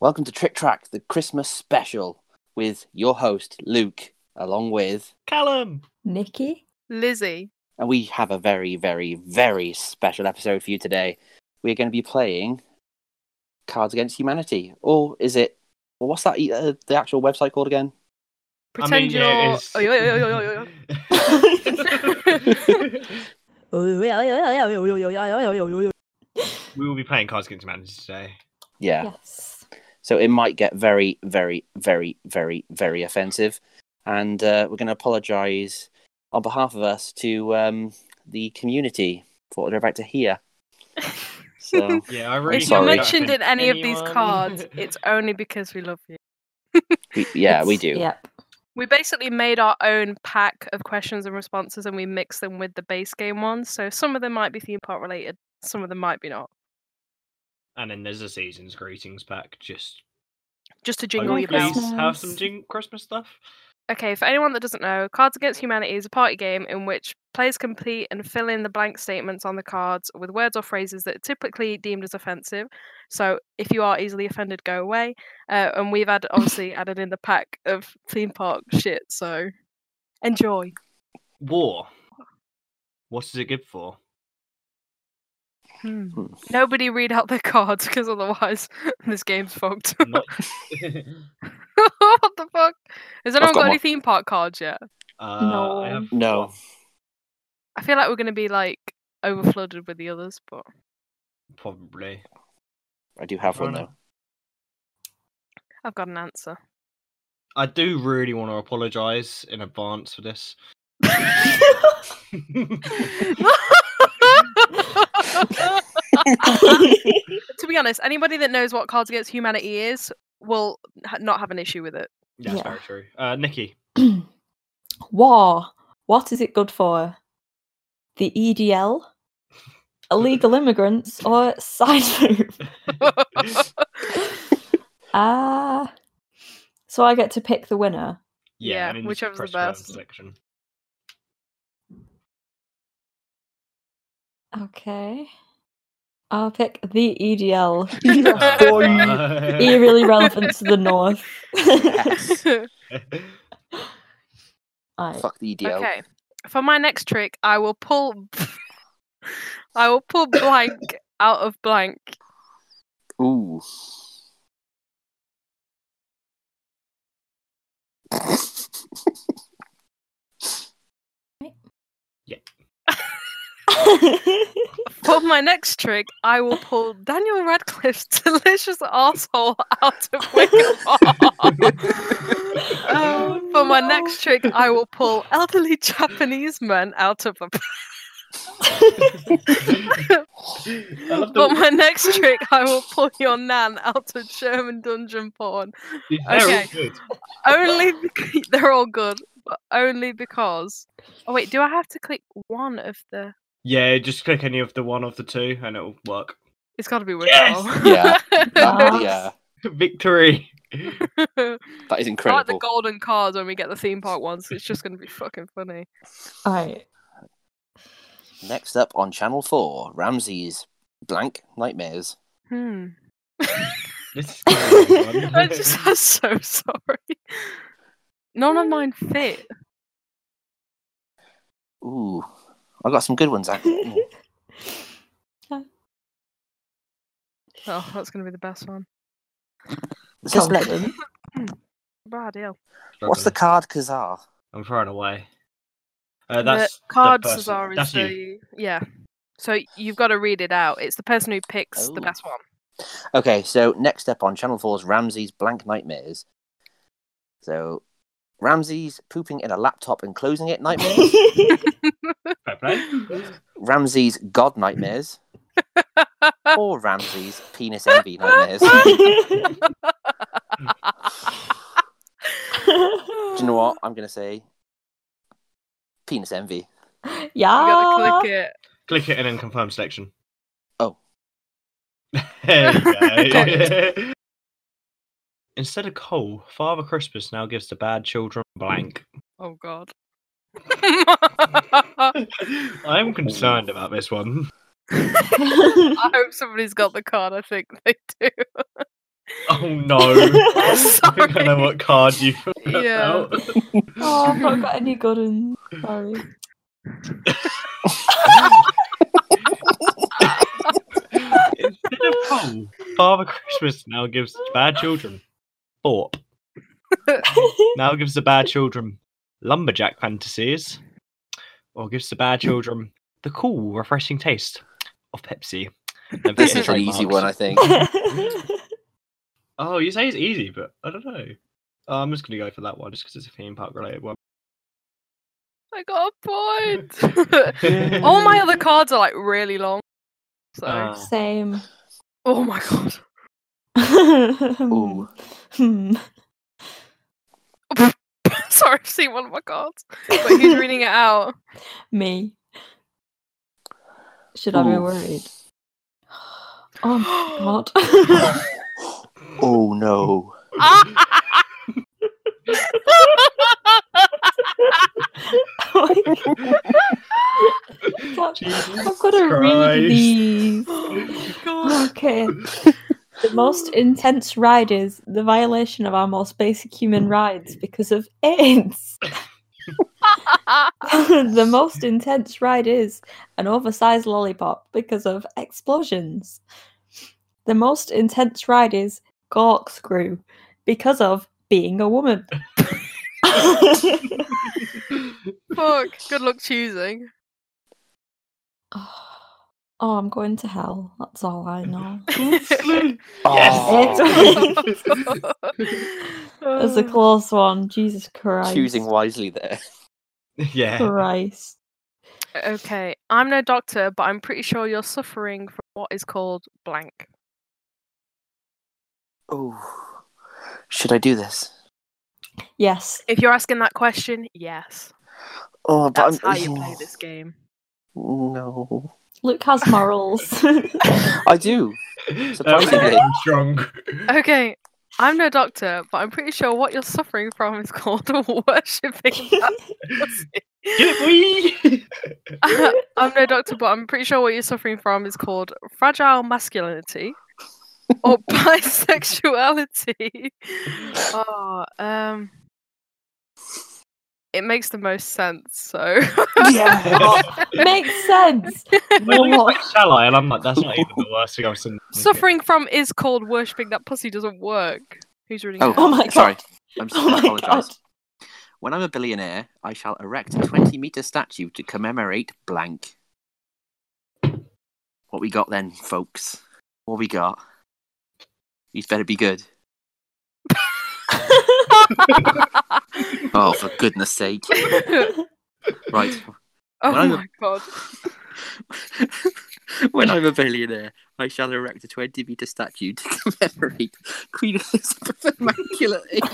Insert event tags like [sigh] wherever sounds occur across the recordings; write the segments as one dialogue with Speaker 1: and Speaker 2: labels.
Speaker 1: Welcome to Trick Track, the Christmas special, with your host, Luke, along with.
Speaker 2: Callum.
Speaker 3: Nikki?
Speaker 4: Lizzie.
Speaker 1: And we have a very, very, very special episode for you today. We're going to be playing Cards Against Humanity. Or is it. Well, what's that? Uh, the actual website called again?
Speaker 4: Pretend you're.
Speaker 2: yeah,
Speaker 4: Oi, oi, oi, oi, oi, oi, oi.
Speaker 2: it is-
Speaker 3: Yes.
Speaker 2: [laughs] we will be playing Cards Against Humanity today.
Speaker 1: Yeah. So it might get very, very, very, very, very offensive. And uh, we're going to apologise on behalf of us to um, the community for what they're about to hear. [laughs]
Speaker 2: [laughs]
Speaker 1: So,
Speaker 2: Yeah, I really.
Speaker 4: If you're
Speaker 1: sorry.
Speaker 2: hope that
Speaker 4: mentioned in
Speaker 2: offends
Speaker 4: any of these
Speaker 2: anyone. [laughs]
Speaker 4: cards, it's only because we love you.
Speaker 1: we, yeah, we
Speaker 3: It's-
Speaker 1: do.
Speaker 3: Yep. [coughs]
Speaker 4: We basically made our own pack of questions and responses and we mixed them with the base game ones. So some of them might be theme park related, some of them might be not.
Speaker 2: And then there's a season's greetings pack. Just
Speaker 4: Just to jingle
Speaker 2: hopefully
Speaker 4: your bells.
Speaker 2: have some jing- Christmas stuff.
Speaker 4: Okay, for anyone that doesn't know, Cards Against Humanity is a party game in which players complete and fill in the blank statements on the cards with words or phrases that are typically deemed as offensive. So if you are easily offended, go away. Uh, and we've had
Speaker 1: [laughs]
Speaker 4: obviously added in the pack of theme park shit, so enjoy.
Speaker 2: War. What is it good for?
Speaker 4: Hmm.
Speaker 1: Hmm.
Speaker 4: Nobody read out their [laughs] cards because otherwise [laughs] this game's fucked. [laughs]
Speaker 2: Not. [laughs]
Speaker 4: what the fuck? Has anyone
Speaker 1: got
Speaker 4: got any
Speaker 1: one.
Speaker 4: theme park cards yet?
Speaker 2: uh,
Speaker 3: No.
Speaker 2: I have
Speaker 1: No.
Speaker 2: one.
Speaker 4: I feel like we're gonna be like overflooded with the others, but
Speaker 2: Probably.
Speaker 1: I do have one, though.
Speaker 4: I've got an answer.
Speaker 2: I do really want to apologise in advance for this. [laughs]
Speaker 4: to [laughs]
Speaker 1: [laughs]
Speaker 4: be honest, anybody that knows what Cards Against Humanity is will ha- not have an issue with it.
Speaker 2: That's
Speaker 3: Yeah.
Speaker 2: very true. Uh,
Speaker 4: [laughs]
Speaker 2: Nikki.
Speaker 3: War. What is it good for? The EDL, illegal immigrants, or side move? Ah. so I get to pick the winner.
Speaker 4: Yeah,
Speaker 2: and in
Speaker 4: whichever's the
Speaker 2: press round [laughs]
Speaker 4: best.
Speaker 2: Section.
Speaker 3: Okay. I'll pick the E EDL.
Speaker 2: Oh, [laughs]
Speaker 4: Boy.
Speaker 3: Eerily relevant to the north. [laughs]
Speaker 1: Yes.
Speaker 3: Right. [laughs]
Speaker 1: Fuck the E EDL.
Speaker 4: okay. For my next trick, I will pull [laughs] I will pull blank out of blank. [laughs]
Speaker 1: Ooh.
Speaker 4: For my next trick, I will pull Daniel Radcliffe's [laughs] delicious asshole out of Wicker Park.
Speaker 3: Oh,
Speaker 4: Um, For my
Speaker 3: no.
Speaker 4: next trick, I will pull elderly Japanese men out of a.
Speaker 2: I love
Speaker 4: For
Speaker 2: the, [laughs]
Speaker 4: my next trick, I will pull your nan out of German dungeon porn.
Speaker 2: it's very
Speaker 4: okay.
Speaker 2: good. [laughs]
Speaker 4: Only bec- [laughs] they're all good, but only because. Oh wait, do I have to click one of the?
Speaker 2: Yeah, just click any of the one of the two and it'll work.
Speaker 4: It's got to be Wicker.
Speaker 2: Yes!
Speaker 4: [laughs]
Speaker 1: That,
Speaker 3: Yes.
Speaker 1: yeah,
Speaker 2: [laughs] Victory.
Speaker 1: that is
Speaker 4: I like the
Speaker 1: incredible.
Speaker 4: golden cards when we get the theme park ones. It's just going to be fucking funny.
Speaker 1: [laughs]
Speaker 3: Alright.
Speaker 1: Next up on Channel 4, Ramsey's Blank Nightmares.
Speaker 4: Hmm.
Speaker 2: This is good,
Speaker 4: [laughs] I
Speaker 2: man. [laughs]
Speaker 4: just, I'm so sorry. None of mine fit.
Speaker 1: Ooh. I've got some good ones,
Speaker 4: [laughs]
Speaker 1: actually.
Speaker 4: Oh, that's going to be the best one.
Speaker 1: Is this like-
Speaker 3: Confident.
Speaker 4: Bad deal.
Speaker 1: [laughs] What's the card, Kazar?
Speaker 2: I'm throwing away. Uh, that's
Speaker 4: the card
Speaker 2: person-
Speaker 4: Cesar is
Speaker 2: that's
Speaker 4: the
Speaker 2: you.
Speaker 4: yeah. So you've got to read it out. It's the person who picks
Speaker 1: Oh.
Speaker 4: the best one.
Speaker 1: Okay, so next up on Channel 4's Ramsey's Blank Nightmares. So, Ramsey's pooping in a laptop and closing it
Speaker 3: [laughs]
Speaker 4: [laughs]
Speaker 1: nightmares.
Speaker 2: Fair play.
Speaker 1: Ramsey's God
Speaker 4: [laughs]
Speaker 1: Nightmares. or Ramsey's Penis Envy Nightmares. [laughs]
Speaker 4: [laughs]
Speaker 1: Do you know what I'm gonna say? Penis
Speaker 4: [laughs]
Speaker 1: envy.
Speaker 4: You
Speaker 3: yeah.
Speaker 4: got to click it.
Speaker 2: Click it and then confirm selection.
Speaker 1: Oh.
Speaker 2: [laughs] There you go. [laughs] Instead of coal, Father Christmas now gives the bad children blank.
Speaker 4: Oh God. [laughs]
Speaker 2: I'm concerned about this one. [laughs] [laughs]
Speaker 4: I hope somebody's got the card. I think they do.
Speaker 2: Oh no!
Speaker 3: [laughs]
Speaker 2: [laughs] I think I
Speaker 4: Sorry.
Speaker 2: know what card you [laughs] put
Speaker 4: Yeah.
Speaker 2: out.
Speaker 3: [laughs] Oh, I've not got any good ones.
Speaker 1: [laughs]
Speaker 3: Sorry.
Speaker 2: Instead of coal, [laughs] Father Christmas now gives bad children Thorpe. Now gives the bad children lumberjack fantasies, or gives the bad children the cool, refreshing taste
Speaker 1: [laughs]
Speaker 2: of Pepsi. And
Speaker 1: This
Speaker 2: Pepsi
Speaker 1: is an easy
Speaker 2: trademarks.
Speaker 1: one, I
Speaker 4: [laughs]
Speaker 1: think.
Speaker 2: Oh, you say it's easy, but I don't know. Oh, I'm just gonna go for that one just because it's a theme park related one.
Speaker 4: I got
Speaker 2: [laughs]
Speaker 4: a point. [laughs] All my other cards are like really long. So,
Speaker 2: Ah.
Speaker 3: Same.
Speaker 4: oh my god. [laughs]
Speaker 1: Ooh.
Speaker 3: Hmm.
Speaker 4: Sorry, I've seen one of my cards. But who's reading it
Speaker 2: [laughs]
Speaker 4: out?
Speaker 3: [laughs]
Speaker 4: [laughs]
Speaker 3: Me. Should I be
Speaker 1: Ooh.
Speaker 3: worried? Oh my god.
Speaker 1: [gasps] Oh no.
Speaker 3: [laughs] I've got to read these. Okay. The most intense ride is the violation of our most basic human rights because of AIDS. [laughs] the most intense ride is an oversized lollipop because of explosions. The most intense ride is corkscrew because of being a woman. [laughs]
Speaker 4: Fuck. Good luck choosing.
Speaker 3: Oh, I'm going to hell. That's all I know.
Speaker 1: Oh.
Speaker 3: That's a close one. Jesus Christ.
Speaker 1: Choosing wisely there.
Speaker 2: [laughs] yeah.
Speaker 3: Christ.
Speaker 4: [laughs] okay, I'm no doctor, but I'm pretty sure you're suffering from what is called blank.
Speaker 1: Oh. Should I do this?
Speaker 3: Yes.
Speaker 4: If you're asking that question, yes.
Speaker 1: Oh, but
Speaker 4: That's
Speaker 1: I'm.
Speaker 4: how you
Speaker 1: [sighs]
Speaker 4: play this game.
Speaker 1: No.
Speaker 3: Luke has morals.
Speaker 1: I do. Surprisingly.
Speaker 2: I'm strong.
Speaker 4: Okay, I'm no doctor, but I'm pretty sure what you're suffering from is called [laughs]
Speaker 1: [laughs]
Speaker 4: worshipping. [laughs]
Speaker 2: Get we.
Speaker 4: I'm no doctor, but I'm pretty sure what you're suffering from is called fragile masculinity or bisexuality. [laughs] Oh, um, it makes the most sense. So [laughs]
Speaker 1: yeah.
Speaker 3: Makes
Speaker 2: [laughs]
Speaker 3: sense.
Speaker 2: Well, he's
Speaker 3: What?
Speaker 2: like, shall I? And I'm like, that's not even the worst thing I've seen.
Speaker 4: Oh. suffering from is called worshipping. That pussy doesn't work. Who's reading?
Speaker 1: Oh,
Speaker 4: it?
Speaker 3: [laughs] Oh
Speaker 4: [laughs]
Speaker 3: my god.
Speaker 1: sorry. I'm
Speaker 3: Oh
Speaker 1: sorry. I
Speaker 3: my
Speaker 1: apologize.
Speaker 3: god.
Speaker 1: When I'm a billionaire, I shall erect a 20 meter statue to commemorate blank. What we got then, folks? What we got? These better be good. Oh, for goodness sake. Right.
Speaker 4: oh
Speaker 1: Well,
Speaker 4: my god!
Speaker 1: when I'm a billionaire, I shall erect a 20 meter statue to commemorate Queen Elizabeth Immaculate.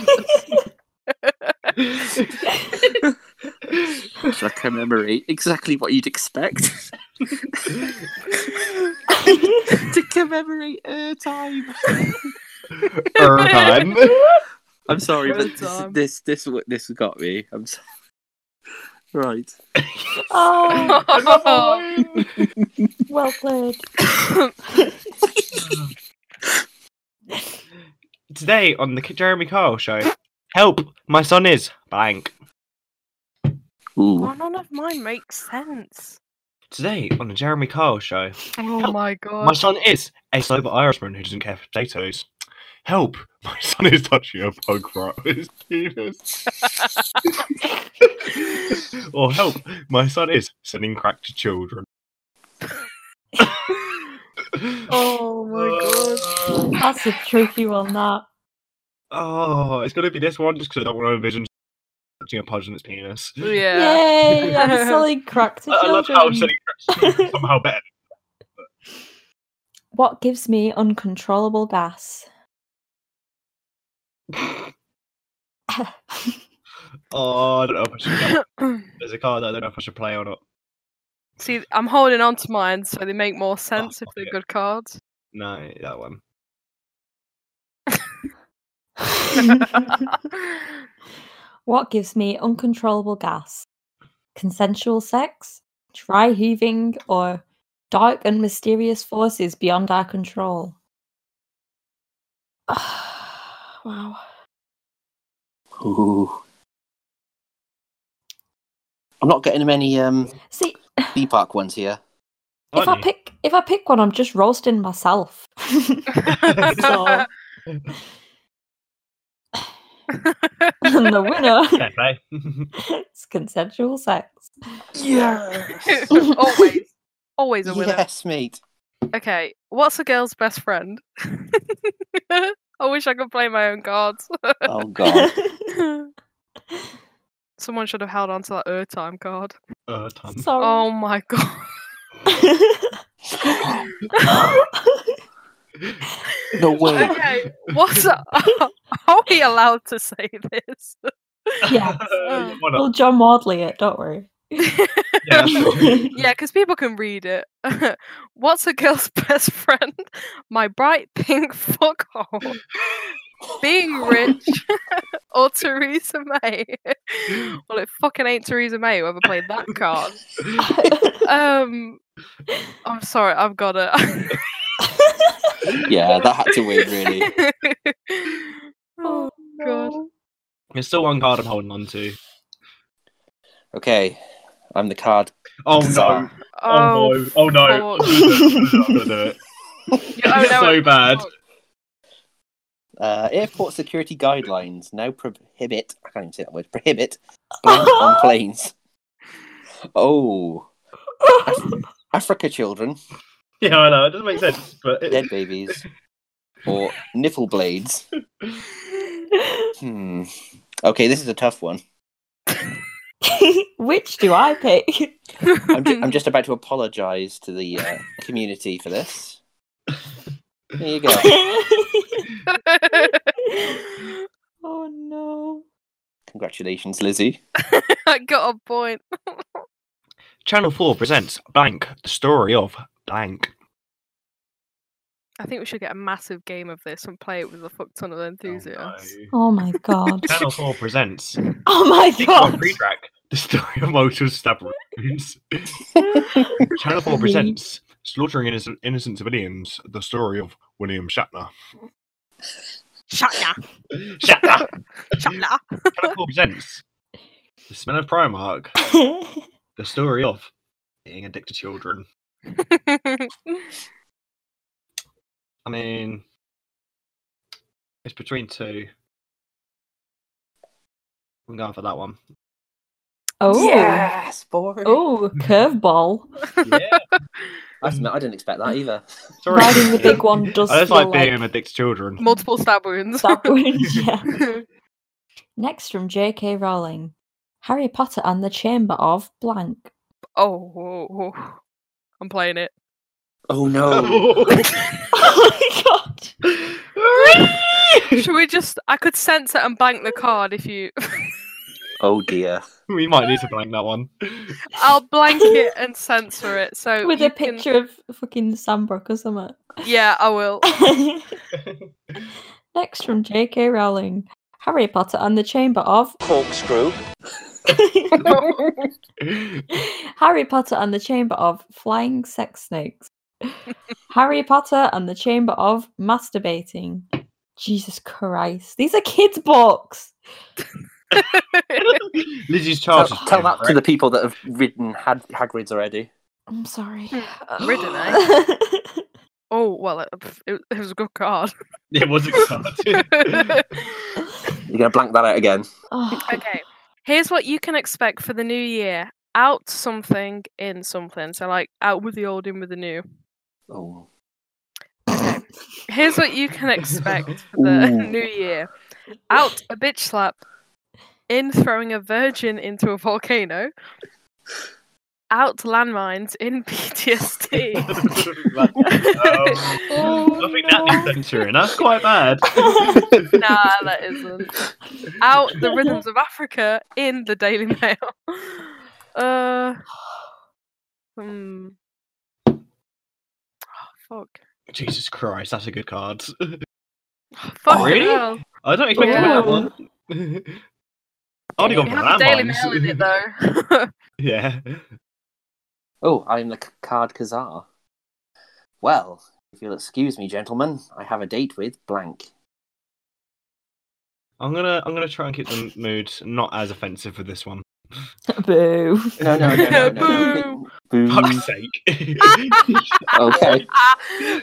Speaker 1: shall commemorate exactly what you'd
Speaker 4: [laughs]
Speaker 1: expect to commemorate her time.
Speaker 2: time.
Speaker 1: I'm sorry,
Speaker 4: Well
Speaker 1: but
Speaker 4: done.
Speaker 1: this, this this this got me. I'm sorry. Right.
Speaker 3: Oh,
Speaker 4: [laughs] Oh,
Speaker 3: well played.
Speaker 2: [laughs] Today on the Jeremy Kyle show, help! My son is blank.
Speaker 1: Ooh.
Speaker 4: well, none of mine makes sense.
Speaker 2: Today on the Jeremy Kyle show,
Speaker 4: Oh
Speaker 2: Help.
Speaker 4: my god!
Speaker 2: my son is a sober Irishman who doesn't care for potatoes. Help! My son is touching a pug rat with his
Speaker 4: [laughs]
Speaker 2: penis. or help! My son is sending crack to children.
Speaker 4: [laughs]
Speaker 2: [laughs]
Speaker 4: Oh my
Speaker 2: god.
Speaker 3: That's a tricky one, that.
Speaker 2: Oh, it's gonna be this one just because I don't want to envision touching a pudge in its penis.
Speaker 4: god! Yeah.
Speaker 3: Yay! I'm selling crack to
Speaker 2: I, I love
Speaker 3: children.
Speaker 2: how setting
Speaker 4: [laughs]
Speaker 2: crack's somehow better.
Speaker 3: What gives me
Speaker 2: [laughs]
Speaker 3: uncontrollable gas? [laughs]
Speaker 2: Oh, I don't know if I should.
Speaker 4: [laughs]
Speaker 2: There's a card that I don't know if I should play or not.
Speaker 4: See, I'm holding on to mine so they make more sense if
Speaker 2: Oh, fuck
Speaker 4: they're
Speaker 2: it. [laughs]
Speaker 4: good cards. [laughs]
Speaker 2: No, that one.
Speaker 3: what gives me uncontrollable gas? Consensual sex, dry heaving, or dark and mysterious forces beyond our control? [sighs] wow.
Speaker 1: Ooh. I'm not getting many um,
Speaker 3: See,
Speaker 1: B Park ones here.
Speaker 3: if I pick if I pick one, I'm just roasting myself. [laughs] so, and the winner
Speaker 2: Yeah, right.
Speaker 3: is consensual sex.
Speaker 1: Yes. [laughs]
Speaker 4: always, always a winner.
Speaker 1: yes, mate.
Speaker 4: Okay, what's a girl's best friend? [laughs] I wish I could play my own cards.
Speaker 1: Oh god.
Speaker 4: Someone should have held on to that Earth time card.
Speaker 2: [laughs] Uh, Tom.
Speaker 3: [laughs] Sorry.
Speaker 4: Oh my [laughs] god.
Speaker 1: No
Speaker 4: [laughs]
Speaker 2: oh.
Speaker 1: way.
Speaker 4: Okay, what's a- [laughs] are we allowed to say this?
Speaker 3: [laughs] Yeah.
Speaker 2: [laughs] Why
Speaker 3: well,
Speaker 2: not?
Speaker 3: John Maudley it. Don't worry.
Speaker 4: Oh, [laughs]
Speaker 2: Yeah, that's-
Speaker 4: Yeah, because people can read it. [laughs] What's a girl's [laughs] best friend? My bright pink [laughs] fuckhole. Being
Speaker 1: [laughs]
Speaker 4: rich [laughs] or Theresa May. [laughs] well, it fucking ain't Theresa May who ever played that card. Um, I'm sorry, I've got it.
Speaker 1: Yeah, that had to win, really.
Speaker 4: [laughs] oh god.
Speaker 2: There's still one card I'm holding on to.
Speaker 1: Okay, I'm the card.
Speaker 2: Oh no!
Speaker 1: Bizarre.
Speaker 2: Oh,
Speaker 4: Oh,
Speaker 2: no! Oh no! [laughs]
Speaker 4: fuck.
Speaker 2: I'm gonna do it.
Speaker 4: Yeah, [laughs] oh,
Speaker 2: It's
Speaker 4: no,
Speaker 2: so
Speaker 4: it's-
Speaker 2: bad.
Speaker 4: fuck.
Speaker 1: Uh, airport security guidelines now prohibit. I can't even say that word. Prohibit blank on planes. Oh, Africa children,
Speaker 2: Yeah, I know. It doesn't make sense, but it,
Speaker 1: dead babies, or nipple blades. Hmm. Okay, this is a tough one.
Speaker 3: [laughs] Which do I pick?
Speaker 1: I'm, ju- I'm just about to apologise to the uh, community for this. There you go.
Speaker 3: oh no.
Speaker 1: Congratulations, Lizzie.
Speaker 4: [laughs] I got a point.
Speaker 2: Channel Four presents blank. The story of blank.
Speaker 4: I think we should get a massive game of this and play it with a fuck ton of enthusiasts.
Speaker 3: Oh my god.
Speaker 2: Channel Four presents
Speaker 3: [laughs] Oh my
Speaker 2: Pixar
Speaker 3: god.
Speaker 2: Pre-Track. The story of multiple stab
Speaker 3: [laughs]
Speaker 2: wounds. Channel Four presents slaughtering innocent innocent civilians. The story of William Shatner.
Speaker 4: Shut up!
Speaker 2: Shatner.
Speaker 3: [laughs]
Speaker 4: Shut up!
Speaker 2: Channel Four presents the smell of Primark. The story of being addicted to children. I mean, it's between two. I'm going for that
Speaker 3: [laughs]
Speaker 2: one.
Speaker 3: [laughs] oh.
Speaker 1: Yes, boy.
Speaker 3: Oh, curveball.
Speaker 2: Yeah,
Speaker 1: I admit, I didn't expect that either.
Speaker 2: sorry.
Speaker 3: Riding the big one does
Speaker 2: I just
Speaker 3: feel
Speaker 2: like being
Speaker 3: like-
Speaker 2: an addicted to children.
Speaker 3: [laughs]
Speaker 4: Multiple stab wounds.
Speaker 3: That one, yeah. Next from J.K. Rowling Harry Potter and the Chamber of Blank.
Speaker 4: [laughs]
Speaker 3: [laughs]
Speaker 4: oh, whoa, whoa. I'm playing it.
Speaker 1: Oh
Speaker 2: [laughs]
Speaker 1: no.
Speaker 3: Oh my god.
Speaker 2: [laughs]
Speaker 4: Should we just? I could sense it and bank the card if you. [laughs]
Speaker 1: oh dear.
Speaker 2: [laughs] we might need to blank that
Speaker 4: [laughs]
Speaker 2: one.
Speaker 4: I'll blank it and censor it.
Speaker 3: [laughs]
Speaker 4: So
Speaker 3: With
Speaker 4: you
Speaker 3: a
Speaker 4: can-
Speaker 3: picture of fucking Sam Brook or something.
Speaker 4: Yeah,
Speaker 3: [laughs]
Speaker 4: I will. [laughs]
Speaker 3: Next from J.K. Rowling Harry Potter and the Chamber of. [laughs]
Speaker 1: Corkscrew.
Speaker 3: Harry Potter and the Chamber of Flying Sex Snakes. Harry Potter and the Chamber of Masturbating. Jesus Christ. These are kids' books.
Speaker 2: Lizzie's
Speaker 1: Tell,
Speaker 2: child. is
Speaker 1: tell that to
Speaker 2: favourite.
Speaker 1: the people that have ridden Had- Hagrid's already.
Speaker 3: I'm sorry. [sighs]
Speaker 4: Ridden, eh? oh well, it, it, it was a good card.
Speaker 2: [laughs]
Speaker 4: [laughs]
Speaker 2: It was a
Speaker 1: [laughs]
Speaker 2: card.
Speaker 1: You're gonna blank that out again.
Speaker 3: Oh, [sighs]
Speaker 4: Okay. Here's what you can expect for the new year. Out something, in something. So like out with the old, in with the new.
Speaker 1: Oh.
Speaker 4: Here's what you can expect for the
Speaker 1: Ooh.
Speaker 4: [laughs] new year. Out a bitch slap. In throwing a virgin into a volcano. Out landmines in
Speaker 2: [laughs]
Speaker 4: [laughs] PTSD.
Speaker 2: Um, [laughs] I think that
Speaker 3: no.
Speaker 2: is censoring. That's quite bad.
Speaker 4: [laughs] nah, that isn't. Out the rhythms of Africa in the Daily Mail. [laughs] Uh. Hmm. Oh, fuck.
Speaker 2: Jesus Christ, that's a good card.
Speaker 4: Fuck
Speaker 2: really? I don't expect to win that one. I would have gone for
Speaker 4: You have the Daily Mail in it
Speaker 2: landmines.
Speaker 4: though.
Speaker 2: [laughs]
Speaker 4: [laughs]
Speaker 2: yeah.
Speaker 1: Oh, I'm the c- card Kazar. Well, if you'll excuse me, gentlemen, I have a date with blank.
Speaker 2: I'm gonna I'm gonna try and keep the mood not as offensive for this one.
Speaker 3: Boo.
Speaker 1: No, no, no, no, no.
Speaker 4: Boo!
Speaker 1: Boom.
Speaker 2: [laughs] Fuck's sake.
Speaker 1: Okay.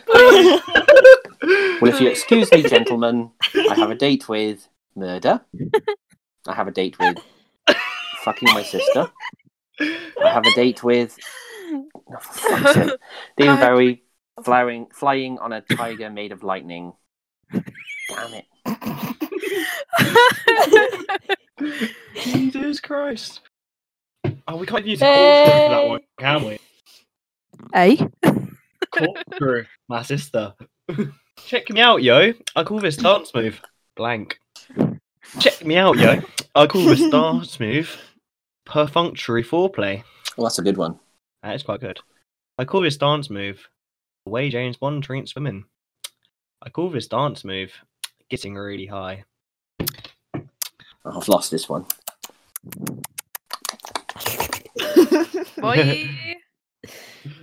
Speaker 4: Please.
Speaker 1: Well, if you excuse me, gentlemen, I have a date with murder. I have a date with fucking my sister.
Speaker 4: [laughs]
Speaker 2: [laughs]
Speaker 1: I have a date with. Oh, for fuck's sake. Dean Bowie flying, flying on a tiger made of lightning. Damn it.
Speaker 4: Ah.
Speaker 3: [laughs]
Speaker 4: [laughs]
Speaker 2: Jesus Christ. Oh, we can't use a corkscrew for that one, can we?
Speaker 4: A.
Speaker 2: Corkscrew, my sister. Check me out, yo. I call this dance move blank. Check me out, yo. I call this dance move perfunctory foreplay.
Speaker 1: Well, that's a good one.
Speaker 2: That is quite good. I call this dance move the way James Bond treats women. I call this dance move getting really high.
Speaker 1: Oh, I've lost this one.
Speaker 4: Boy.
Speaker 3: [laughs]
Speaker 4: [laughs]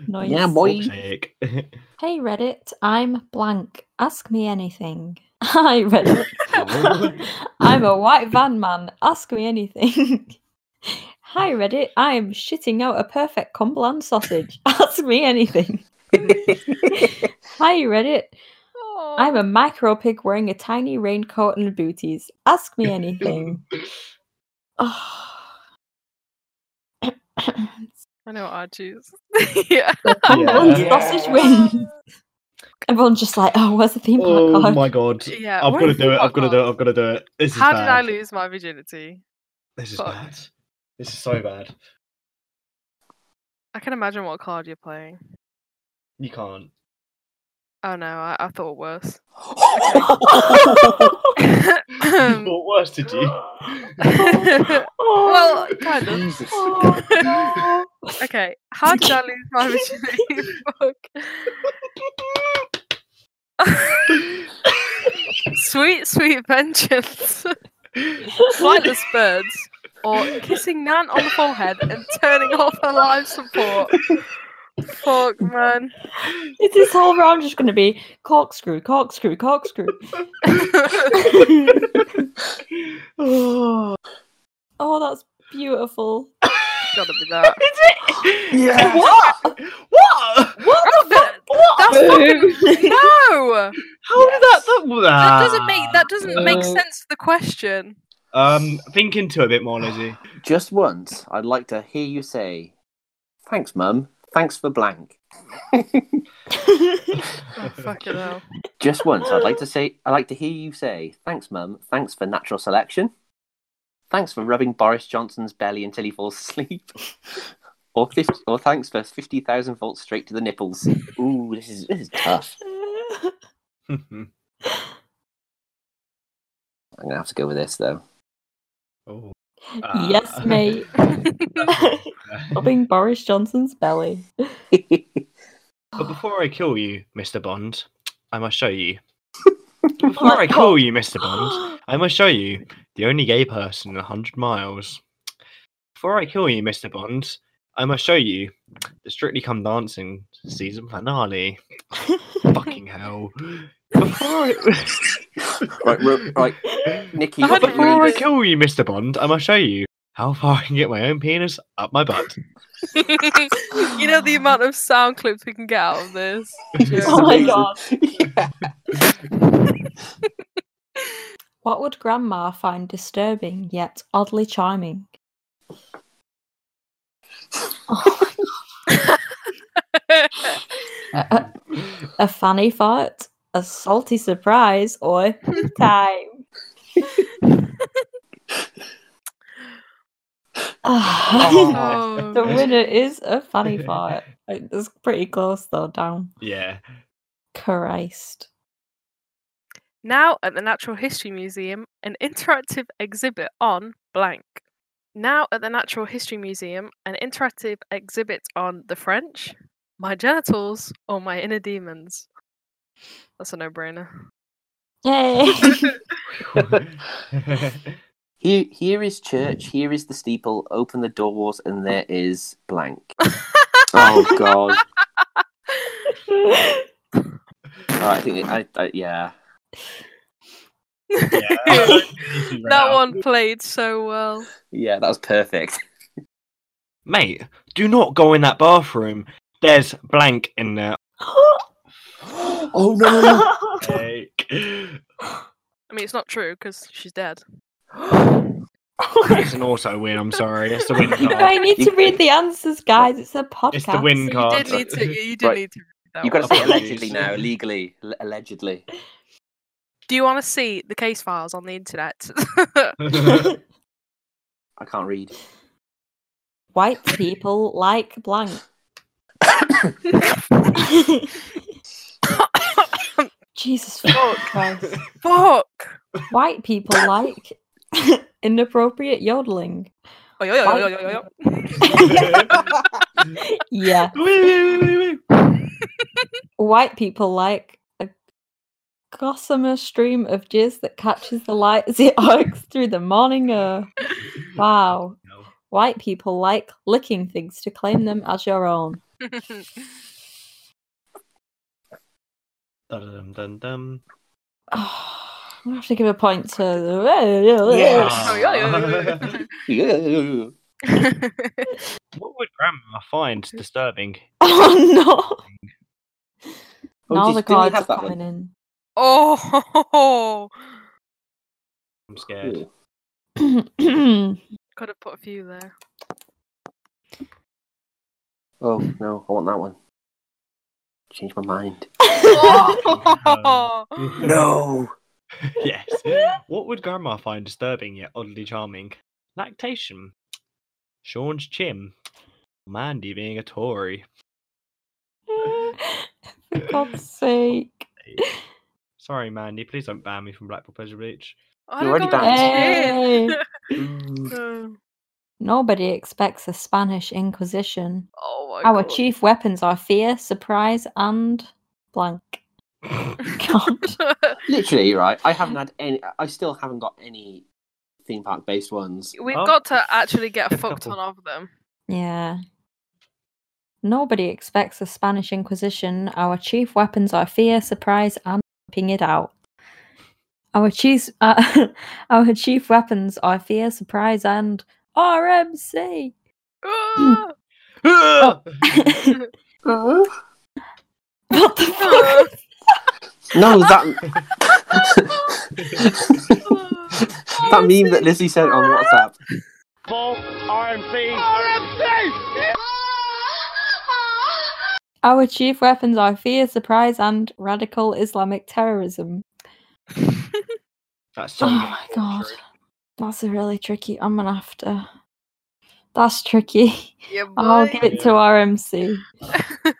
Speaker 3: Nice.
Speaker 1: Yeah, boy.
Speaker 2: Fuck's [laughs] sake.
Speaker 3: Hey Reddit, I'm blank. Ask me anything. [laughs] Hi Reddit. [laughs] I'm a white van man. Ask me anything. [laughs] Hi Reddit, I'm shitting out a perfect Cumberland sausage. [laughs] Ask me anything. Hi Reddit, I'm a micro pig wearing a tiny raincoat and booties. Ask me anything. oh.
Speaker 4: I know what I choose. [laughs] yeah.
Speaker 3: The Cumberland
Speaker 2: Yeah.
Speaker 3: sausage wins. Everyone's just like, oh, where's the theme park
Speaker 2: oh
Speaker 3: card?
Speaker 2: my god.
Speaker 4: Yeah.
Speaker 2: I've
Speaker 4: what
Speaker 2: got to
Speaker 4: is
Speaker 2: do it.
Speaker 4: that
Speaker 2: I've got to do it.
Speaker 4: called?
Speaker 2: I've got to do it. This is
Speaker 4: How
Speaker 2: bad.
Speaker 4: did I lose my virginity?
Speaker 2: This is
Speaker 4: Fuck.
Speaker 2: bad. This is so bad.
Speaker 4: I can imagine what card you're playing.
Speaker 2: You can't.
Speaker 4: [laughs]
Speaker 2: [laughs]
Speaker 4: Oh no, I, I thought [laughs] worse.
Speaker 2: You
Speaker 4: well,
Speaker 2: thought worse, did you?
Speaker 4: [laughs] kind of.
Speaker 1: Jesus.
Speaker 3: [laughs] Oh, no.
Speaker 4: Okay, how did I lose my [laughs] virginity? Fuck. sweet, sweet [laughs] vengeance. Flightless birds, or kissing Nan on the forehead and turning off her life support. Fuck, man. [laughs]
Speaker 3: It's this whole round just going to be corkscrew, corkscrew, corkscrew.
Speaker 2: oh,
Speaker 3: oh, that's beautiful.
Speaker 4: Gotta be that.
Speaker 2: [laughs]
Speaker 1: Yeah.
Speaker 3: What?
Speaker 2: What?
Speaker 4: What the fuck? Oh, [laughs] That's
Speaker 3: Boo.
Speaker 4: fucking no.
Speaker 2: How did that?
Speaker 4: [laughs] That doesn't make that doesn't
Speaker 2: Uh,
Speaker 4: make sense to the question.
Speaker 2: Um, think into it a bit more, Lizzie.
Speaker 1: Just once, I'd like to hear you say, "Thanks, Mum. Thanks for blank."
Speaker 4: [sighs] Oh, fucking hell. [laughs]
Speaker 1: Just once, I'd like to say, I'd like to hear you say, "Thanks, Mum. Thanks for natural selection. Thanks for rubbing Boris Johnson's belly until he falls asleep." Or, 50, or thanks for 50,000 volts straight to the nipples. Ooh, this is, this is tough. I'm going to have to go with this, though.
Speaker 2: [laughs] oh. [laughs]
Speaker 3: yes, mate. Rubbing Boris Johnson's belly.
Speaker 2: But before I kill you, Mr. Bond, I must show you. Before I kill you, Mr. Bond, I must show you the only gay person in a hundred miles. Before I kill you, Mr. Bond, I must show you the Strictly Come Dancing season finale. [gasps]
Speaker 3: [gasps]
Speaker 2: Fucking
Speaker 4: [laughs]
Speaker 2: hell! Before I,
Speaker 1: [laughs] right, ro- right, Nikki.
Speaker 4: I had
Speaker 1: what do you
Speaker 4: four
Speaker 2: before I
Speaker 1: read?
Speaker 2: kill you, Mr. Bond, I must show you how far I can get my own penis up my butt.
Speaker 4: you know the amount of sound clips we can get out of this.
Speaker 3: oh my
Speaker 1: amazing.
Speaker 3: god.
Speaker 1: [laughs] Yeah.
Speaker 3: What would grandma find disturbing yet oddly charming? Oh, a, a fanny fart, a salty surprise, or time. Ah,
Speaker 4: [laughs] Oh.
Speaker 3: [laughs] the winner is a fanny fart. Like, It's pretty close though, down.
Speaker 2: Yeah.
Speaker 4: [laughs]
Speaker 2: [laughs]
Speaker 3: Christ.
Speaker 4: Now at the Natural History Museum, an interactive exhibit on blank. Now at the Natural History Museum, an interactive exhibit on the French, my genitals, or my inner demons. That's a no-brainer.
Speaker 3: Yay! [laughs]
Speaker 1: Here, here is church. Here is the steeple. Open the doors, and there is blank. oh God! Oh, I think I, I, yeah.
Speaker 2: Yeah.
Speaker 4: [laughs]
Speaker 2: [laughs]
Speaker 4: that one played so well.
Speaker 1: Yeah, that was perfect. [gasps]
Speaker 2: Mate, do not go in that bathroom. There's blank in there.
Speaker 1: oh no!
Speaker 2: Like,
Speaker 4: I mean, it's not true because she's dead.
Speaker 2: it's an auto win, I'm sorry. It's the win
Speaker 3: you
Speaker 2: card.
Speaker 3: guys need to read the answers, guys. It's a podcast.
Speaker 2: It's the win
Speaker 4: You
Speaker 2: card.
Speaker 4: did need to. You did
Speaker 1: Right.
Speaker 4: need to. read That
Speaker 1: You've got to
Speaker 4: one.
Speaker 1: say
Speaker 2: Apologies.
Speaker 1: allegedly now, legally, L- allegedly.
Speaker 4: Do you want to see the case files on the internet? [laughs]
Speaker 3: [laughs]
Speaker 1: I can't read. [laughs]
Speaker 3: White people like blank. [coughs] Jesus fuck Christ.
Speaker 4: Fuck.
Speaker 3: White people like [laughs] inappropriate yodeling.
Speaker 4: Oi, oi, oi,
Speaker 3: Why-
Speaker 4: oi, oi, oi, oi.
Speaker 3: Yeah. White people like a gossamer stream of jizz that catches the light as it arcs through the morning air. Wow.
Speaker 2: No.
Speaker 3: White people like licking things to claim them as your own.
Speaker 2: Dun, dun, dun.
Speaker 3: I'm gonna have to give a point to the
Speaker 1: Yes.
Speaker 4: Oi, oi, oi, oi.
Speaker 2: [laughs]
Speaker 1: Oh,
Speaker 2: What would grandma find disturbing?
Speaker 3: [laughs] Oh no!
Speaker 1: Oh,
Speaker 3: now
Speaker 1: did- didn't
Speaker 3: the
Speaker 1: we
Speaker 3: cards
Speaker 1: have
Speaker 3: are
Speaker 1: that one?
Speaker 3: coming in. [laughs]
Speaker 4: [laughs] oh,
Speaker 2: I'm scared.
Speaker 3: oh
Speaker 4: could have put a few there.
Speaker 1: Oh no, I want that one. Change my mind.
Speaker 4: Oh,
Speaker 2: [laughs]
Speaker 1: No.
Speaker 2: yes. What would grandma find disturbing yet oddly charming? Lactation. Sean's chin. Mandy being a Tory.
Speaker 3: For God's sake.
Speaker 2: Sorry, Mandy. Please don't ban me from Blackpool Pleasure [laughs] Beach.
Speaker 4: I
Speaker 1: You're
Speaker 4: don't
Speaker 1: [laughs]
Speaker 3: already
Speaker 4: know.
Speaker 1: Mm.
Speaker 4: Oh
Speaker 3: Nobody expects a Spanish Inquisition.
Speaker 4: Oh
Speaker 1: Oh
Speaker 4: my
Speaker 3: Our
Speaker 4: God.
Speaker 3: chief weapons are fear, surprise, and blank. God.
Speaker 1: Literally, right? I haven't had any. I still haven't got any theme park based ones.
Speaker 4: [laughs] We've
Speaker 2: Oh.
Speaker 4: got to actually get a
Speaker 2: Couple.
Speaker 4: fuck ton of them. [laughs]
Speaker 3: Yeah. Nobody expects a Spanish Inquisition. Our chief weapons are fear, surprise, and ping it out. Our chief, uh, [laughs] our chief weapons are fear, surprise, and [laughs] RMC.
Speaker 4: [laughs]
Speaker 2: Oh,
Speaker 4: Ah!
Speaker 1: No,
Speaker 3: what the fuck?
Speaker 1: that
Speaker 4: Ah!
Speaker 1: that meme that Lizzie sent on WhatsApp.
Speaker 3: Our chief weapons are fear, surprise, and radical Islamic terrorism.
Speaker 2: That's so
Speaker 3: Oh my god, that's a really tricky. I'm gonna have to. That's tricky.
Speaker 4: Yeah,
Speaker 3: I'll
Speaker 4: boy.
Speaker 3: give
Speaker 4: [laughs]
Speaker 3: it to RMC.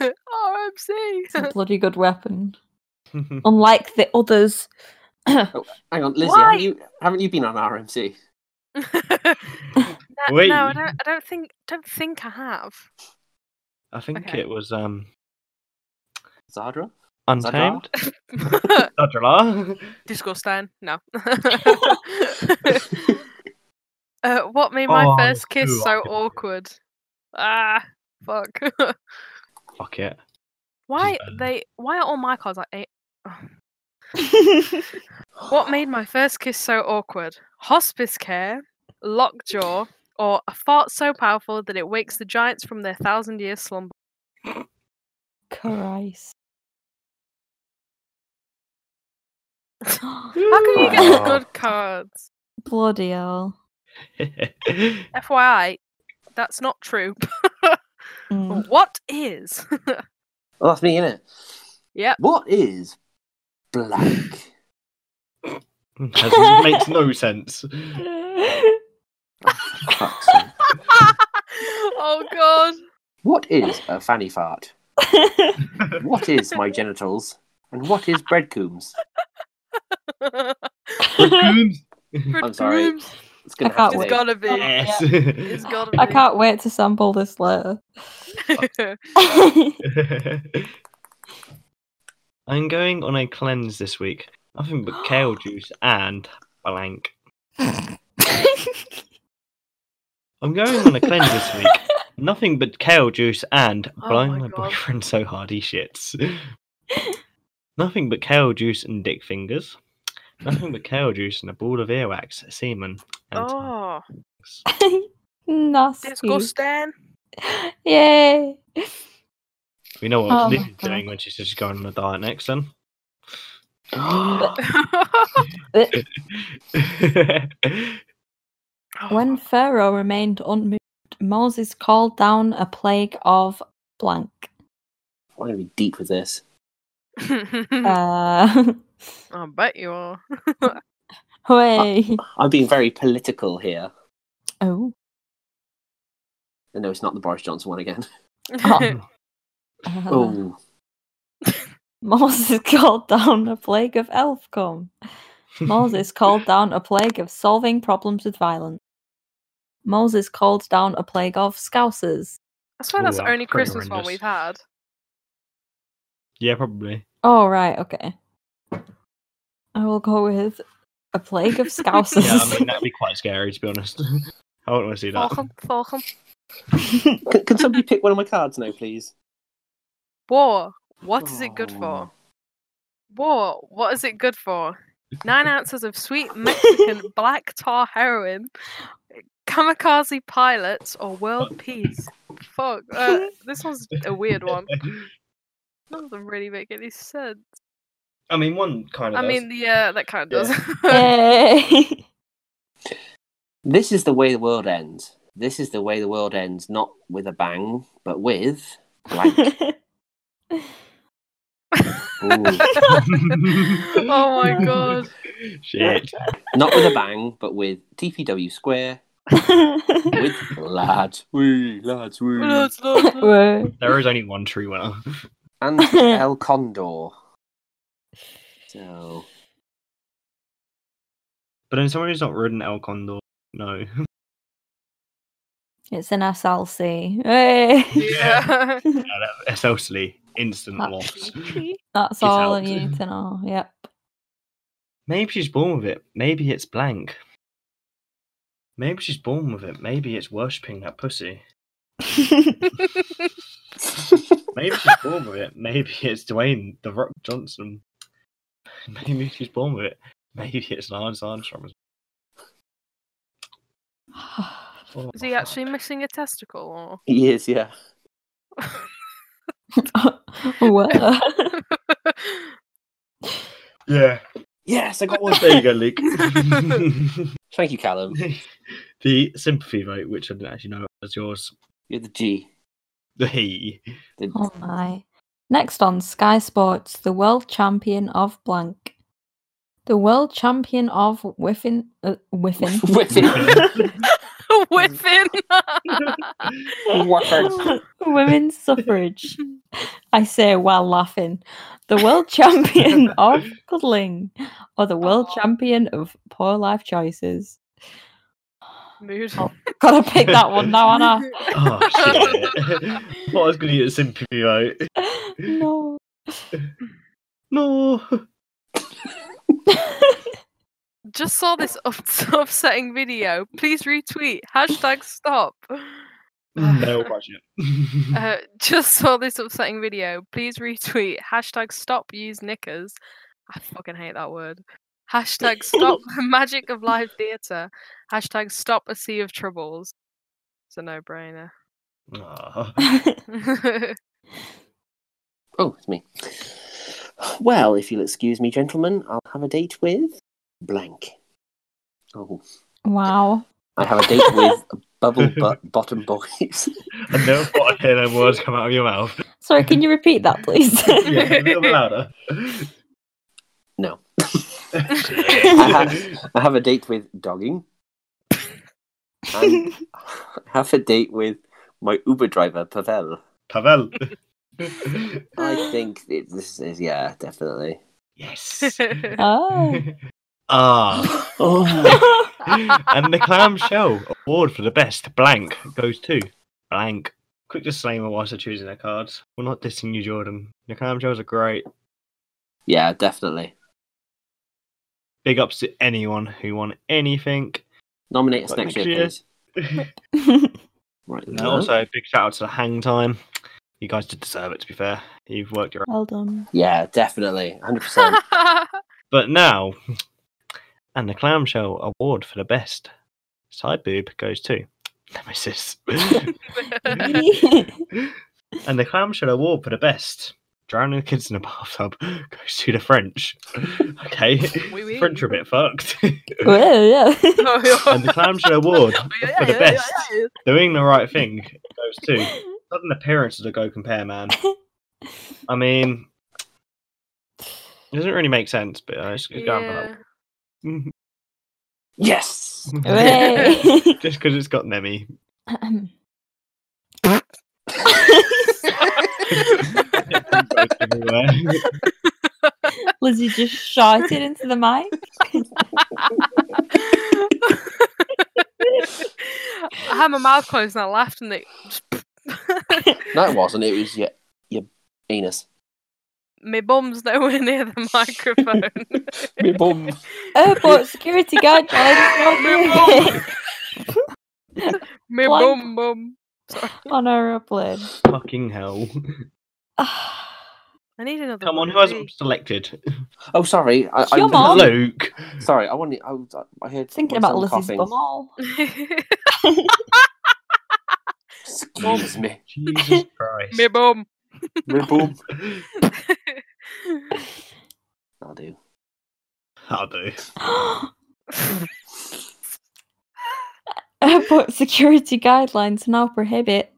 Speaker 3: It's
Speaker 4: [laughs] RMC.
Speaker 3: a bloody good weapon.
Speaker 2: god.
Speaker 3: Unlike the others.
Speaker 1: Hang on, Lizzie,
Speaker 4: Why?
Speaker 1: haven't you haven't you been on RMC?
Speaker 4: no,
Speaker 2: Wait.
Speaker 4: no, I don't. I don't think. Don't think I have.
Speaker 2: [laughs] I think
Speaker 4: Okay.
Speaker 2: it was um
Speaker 1: Zadra?
Speaker 2: Untamed. Zadra.
Speaker 4: Disgusting. No. [laughs] uh, what made my
Speaker 2: Oh,
Speaker 4: first kiss
Speaker 2: ooh, I
Speaker 4: so
Speaker 2: can-
Speaker 4: awkward? Ah, fuck.
Speaker 2: [laughs]
Speaker 4: [laughs]
Speaker 2: Fuck it. [laughs]
Speaker 4: why
Speaker 2: bad.
Speaker 4: they? Why are all my cards like? eight? What made my first kiss so awkward? Hospice care, lockjaw, or a fart so powerful that it wakes the giants from their thousand-year slumber?
Speaker 3: Christ.
Speaker 4: How can you get
Speaker 1: Oh.
Speaker 4: good cards?
Speaker 3: [laughs] Bloody hell.
Speaker 4: FYI, that's not true. [laughs]
Speaker 3: Mm.
Speaker 4: what is? [laughs]
Speaker 1: Oh, that's me, innit?
Speaker 4: Yep.
Speaker 1: What is black?
Speaker 2: That makes no sense.
Speaker 1: Fuck's sake.
Speaker 4: oh god.
Speaker 1: What is a fanny fart? What is my genitals? And what is breadcombs?
Speaker 4: [laughs]
Speaker 3: [laughs]
Speaker 1: I'm sorry.
Speaker 4: Bedrooms.
Speaker 1: It's gonna
Speaker 3: I
Speaker 1: have to wait. [gasps]
Speaker 3: can't
Speaker 4: It's gotta be.
Speaker 2: Yes. [laughs]
Speaker 4: It's gotta be.
Speaker 3: I
Speaker 4: [laughs]
Speaker 3: can't wait to sample this later.
Speaker 2: [laughs] I'm going on a cleanse this week. Nothing but kale juice and blank. I'm going on a cleanse this
Speaker 3: [laughs]
Speaker 2: week. Nothing but kale juice and
Speaker 4: Oh
Speaker 2: blowing
Speaker 4: my
Speaker 2: my,
Speaker 4: God.
Speaker 2: boyfriend so hard he shits. Nothing but kale juice and dick fingers. Nothing but kale juice and a ball of earwax, semen, and
Speaker 4: Oh,
Speaker 2: tongues.
Speaker 3: [laughs] Nasty.
Speaker 4: [laughs] disgusting.
Speaker 3: Yay.
Speaker 2: We know what
Speaker 3: Oh my
Speaker 2: Lily's
Speaker 3: God.
Speaker 2: doing when she's just going on a diet next then.
Speaker 3: Uh, When
Speaker 4: [laughs]
Speaker 3: Pharaoh remained unmoved, Moses called down a plague of blank.
Speaker 1: I'm going to be deep with this.
Speaker 4: Hmm.
Speaker 3: Uh, [laughs]
Speaker 4: I bet you are.
Speaker 3: way.
Speaker 1: I'm being very political here.
Speaker 3: Oh.
Speaker 1: And No, it's not the Boris Johnson one again.
Speaker 3: uh,
Speaker 1: Oh,
Speaker 3: Moses called down a plague of elfcom. [laughs] Moses called down a plague of solving problems with violence. Moses called down a plague of scousers.
Speaker 4: [laughs] I swear
Speaker 2: Ooh,
Speaker 4: that's the
Speaker 2: that's pretty
Speaker 4: only Christmas one
Speaker 2: horrendous.
Speaker 4: we've had.
Speaker 2: yeah, probably.
Speaker 3: Oh, right, okay. I will go with a plague of
Speaker 2: [laughs]
Speaker 3: scousers.
Speaker 2: Yeah,
Speaker 3: [laughs]
Speaker 2: I mean that'd be quite scary to be honest. [laughs] I wouldn't want to see that.
Speaker 4: Falcon, Falcon.
Speaker 1: can, can somebody pick one of my cards now, please?
Speaker 4: War. What is it good
Speaker 1: Oh.
Speaker 4: for? War. What is it good for? Nine ounces of sweet Mexican black tar heroin, kamikaze pilots, or world peace. Fuck. Uh, this one's a weird one. None of them really make any sense.
Speaker 2: [laughs] I mean, one kind of.
Speaker 4: I
Speaker 2: does.
Speaker 4: mean, yeah, that kind of does.
Speaker 3: [laughs] Yay.
Speaker 1: This is the way the world ends. This is the way the world ends, not with a bang, but with
Speaker 3: [laughs]
Speaker 1: blank.
Speaker 4: [laughs]
Speaker 1: Ooh.
Speaker 4: oh
Speaker 2: [laughs]
Speaker 4: my god.
Speaker 2: Shit.
Speaker 1: not with a bang, but with TPW Square, with lads. Wee, lads, wee.
Speaker 4: Loads, loads,
Speaker 3: [laughs]
Speaker 4: loads.
Speaker 3: Whoa.
Speaker 2: There is only one true winner.
Speaker 1: And El Condor. So,
Speaker 2: But then someone who's not ridden El Condor, no. [laughs]
Speaker 3: it's an SLC. Hey.
Speaker 4: Yeah.
Speaker 2: That's SLC, instant loss.
Speaker 3: That's
Speaker 2: It's
Speaker 3: all
Speaker 2: out.
Speaker 3: you need to know.
Speaker 2: [laughs]
Speaker 3: Yep. [sighs]
Speaker 2: Maybe she's born with it. Maybe it's blank. Maybe she's born with it. Maybe it's worshipping that pussy. Maybe she's born with it. Maybe it's Dwayne the Rock Johnson. Maybe she's born with it. Maybe it's Lance Armstrong. Oh,
Speaker 4: Is he
Speaker 2: fuck.
Speaker 4: actually missing a testicle? Or...
Speaker 1: he is, yeah.
Speaker 4: [laughs]
Speaker 3: [laughs] what?
Speaker 2: Yeah. [laughs]
Speaker 1: Yes, I got one.
Speaker 2: There you go,
Speaker 4: [laughs]
Speaker 2: Luke. [laughs]
Speaker 1: Thank you, Callum.
Speaker 2: the sympathy vote, which I didn't actually know was yours.
Speaker 1: You're the G.
Speaker 2: The
Speaker 4: [laughs]
Speaker 2: he.
Speaker 1: The-
Speaker 3: Oh my. Next on Sky Sports, the world champion of blank. The world champion of whiffing. Uh, whiffing. [laughs]
Speaker 1: Whiffing.
Speaker 4: [laughs]
Speaker 2: Hmm. [laughs]
Speaker 4: Whiffing!
Speaker 3: Women's suffrage. I say while laughing. The world champion of cuddling or the world
Speaker 4: Aw.
Speaker 3: champion of poor life choices.
Speaker 4: Mood.
Speaker 3: Oh, Gotta pick that one now, Anna.
Speaker 2: Oh,
Speaker 4: [laughs]
Speaker 2: shit. what was going to be a sympathy vote?
Speaker 3: no. [laughs]
Speaker 4: [sighs]
Speaker 2: No.
Speaker 4: Just saw this [laughs] ups- upsetting video. Please retweet. Hashtag stop.
Speaker 2: No, watch it. [laughs]
Speaker 4: Uh, just saw this upsetting video. Please retweet. Hashtag stop use knickers. I fucking hate that word. Hashtag stop
Speaker 2: [laughs]
Speaker 4: [laughs] the magic of live theatre. Hashtag stop a sea of troubles. It's a
Speaker 2: [laughs]
Speaker 4: no brainer.
Speaker 2: Aw. [laughs]
Speaker 4: [laughs]
Speaker 1: oh, it's me. Well, if you'll excuse me, gentlemen, I'll have a date with blank. Oh,
Speaker 3: wow.
Speaker 1: I have a date
Speaker 3: [laughs]
Speaker 1: with Bubble butt Bottom Boys. [laughs]
Speaker 2: I never thought I'd hear them words come out of your mouth.
Speaker 3: Sorry, can you repeat that, please?
Speaker 2: [laughs] Yeah, a little bit louder.
Speaker 1: No.
Speaker 2: Shit.
Speaker 1: I have a date with dogging.
Speaker 3: [laughs]
Speaker 1: And I have a date with my Uber driver, Pavel.
Speaker 2: [laughs] Pavel.
Speaker 3: [gasps] [laughs]
Speaker 1: I think it, this is, yeah, definitely.
Speaker 2: [laughs] Yes.
Speaker 3: oh.
Speaker 2: Ah.
Speaker 1: Oh,
Speaker 2: and the clamshell award for the best blank goes to blank. Quick disclaimer whilst they're choosing their cards. We're not dissing you, Jordan. The clamshells are great.
Speaker 1: [laughs] yeah, definitely.
Speaker 2: Big ups to anyone who won anything.
Speaker 1: Nominate us
Speaker 2: But
Speaker 1: next
Speaker 2: next
Speaker 1: year,
Speaker 2: year-
Speaker 1: please. Right.
Speaker 2: And
Speaker 1: no.
Speaker 2: also, big shout out to the hang time. You guys did deserve it, to be fair.
Speaker 3: [laughs]
Speaker 2: You've worked your
Speaker 3: well done. [laughs]
Speaker 4: [laughs]
Speaker 2: [laughs]
Speaker 1: Yeah, definitely. 100%.
Speaker 2: But now, And the Clamshell Award for the best side boob goes to Nemesis. [laughs] and the Clamshell Award for the best drowning kids in a bathtub [laughs] goes to the French. [laughs] Okay,
Speaker 4: [laughs] Oui, oui.
Speaker 2: French are a bit fucked. [laughs]
Speaker 3: well, yeah.
Speaker 4: [laughs]
Speaker 2: and the Clamshell Award for the best doing the right thing goes to sudden appearance of the Go Compare Man. I mean, it doesn't really make sense, but uh, it's, it's going for that
Speaker 4: Yeah.
Speaker 2: Mhm.
Speaker 1: Yes.
Speaker 3: Hooray.
Speaker 2: [laughs] Just because it's got [laughs] Nemi.
Speaker 3: Um,
Speaker 2: Goes everywhere.
Speaker 3: Lizzie just shouted into the mic.
Speaker 4: I had my mouth closed and I laughed and it just [laughs]
Speaker 1: No, it wasn't. It was your your anus.
Speaker 4: my bum's nowhere near the microphone.
Speaker 1: Me bum.
Speaker 3: Airport security guard
Speaker 4: [laughs] My
Speaker 3: challenge
Speaker 4: my
Speaker 3: Blank.
Speaker 4: bum bum.
Speaker 3: [laughs] on our airplane.
Speaker 2: Fucking [laughs] hell.
Speaker 3: Ah,
Speaker 4: I need another.
Speaker 2: Come on,
Speaker 4: one,
Speaker 2: who hasn't
Speaker 4: please.
Speaker 2: selected?
Speaker 1: Oh, sorry. I, I,
Speaker 3: Your mum.
Speaker 2: Luke.
Speaker 1: Sorry, I wanted. I, was- I heard
Speaker 3: Thinking
Speaker 1: someone
Speaker 3: about Lizzie's
Speaker 1: coughing.
Speaker 3: bum all.
Speaker 1: Excuse me.
Speaker 4: [laughs]
Speaker 2: Jesus Christ.
Speaker 4: my bum.
Speaker 1: Me [laughs] bum. I do.
Speaker 2: I'll [laughs] do.
Speaker 3: Airport security guidelines now prohibit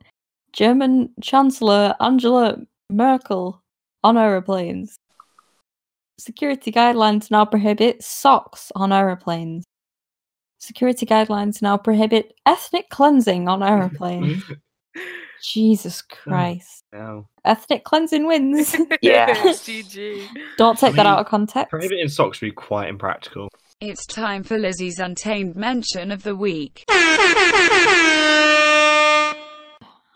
Speaker 3: German Chancellor Angela Merkel on aeroplanes. Security guidelines now prohibit socks on aeroplanes. Security guidelines now prohibit ethnic cleansing on aeroplanes. Jesus Christ.
Speaker 2: Now,
Speaker 3: Ethnic cleansing wins.
Speaker 1: Yes.
Speaker 4: GG.
Speaker 3: Don't take that
Speaker 2: mean,
Speaker 3: out of context.
Speaker 2: prohibiting socks would be quite
Speaker 4: [laughs]
Speaker 2: impractical.
Speaker 5: It's time for Lizzie's untamed mention of the week.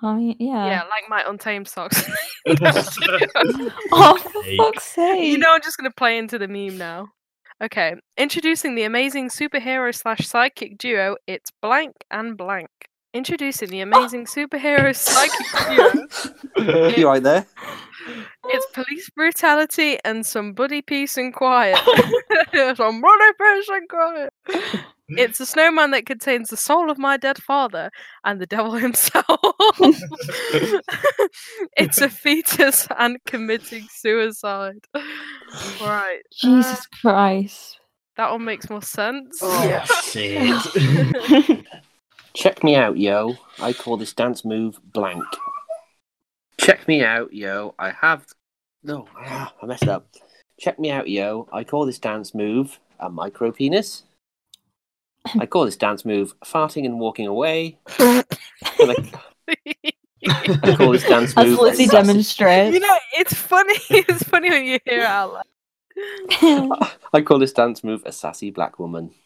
Speaker 3: I mean, yeah.
Speaker 4: Yeah, like my
Speaker 2: [laughs]
Speaker 4: untamed socks.
Speaker 3: [laughs]
Speaker 4: [laughs]
Speaker 3: Oh, for
Speaker 2: Cake.
Speaker 3: fuck's sake.
Speaker 4: You know, uh, I'm just going to play into the meme now. Okay, introducing the amazing superhero slash sidekick duo, it's blank and blank. Introducing the amazing superhero sidekick duo,
Speaker 1: You right there?
Speaker 4: it's police brutality and some buddy peace and quiet. [laughs] some buddy peace and quiet. It's a snowman that contains the soul of my dead father and the devil [laughs] himself. it's a fetus and committing suicide. Right. uh,
Speaker 3: Jesus Christ.
Speaker 4: That one makes more sense.
Speaker 2: Oh.
Speaker 4: [laughs]
Speaker 2: Shit.
Speaker 1: Check me out, yo. I call this dance move blank. Check me out, yo. I have. No, ah, I messed up. Check me out, yo. I call this dance move a micro penis. I call this dance move farting and walking away. And
Speaker 3: [laughs]
Speaker 1: I, I call this dance
Speaker 3: As
Speaker 1: move. sausage-
Speaker 3: Lizzie
Speaker 4: you
Speaker 3: demonstrates.
Speaker 4: know, it's funny. [laughs] It's funny when you hear it out loud.
Speaker 3: [laughs]
Speaker 1: I call this dance move a sassy black woman. [laughs]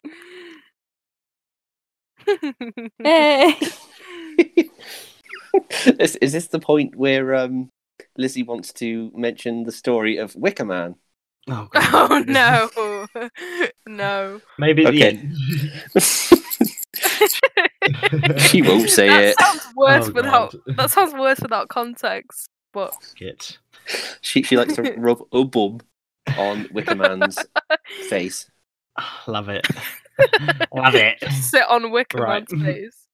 Speaker 3: Hey.
Speaker 1: is, is this the point where um, Lizzie wants to mention the story of Wicker Man?
Speaker 2: Oh, God.
Speaker 4: [laughs] oh no, no.
Speaker 2: Maybe the
Speaker 1: Okay.
Speaker 2: end.
Speaker 1: [laughs] She won't say
Speaker 4: that
Speaker 1: it.
Speaker 4: Sounds worse
Speaker 2: Oh,
Speaker 4: without.
Speaker 2: God.
Speaker 4: That sounds worse without context. But [laughs]
Speaker 2: Shit.
Speaker 1: [laughs] She she likes to rub a bum on Wicker Man's face.
Speaker 2: Love it. Love it.
Speaker 4: [laughs] sit on Wickerman's
Speaker 2: Right.
Speaker 4: face.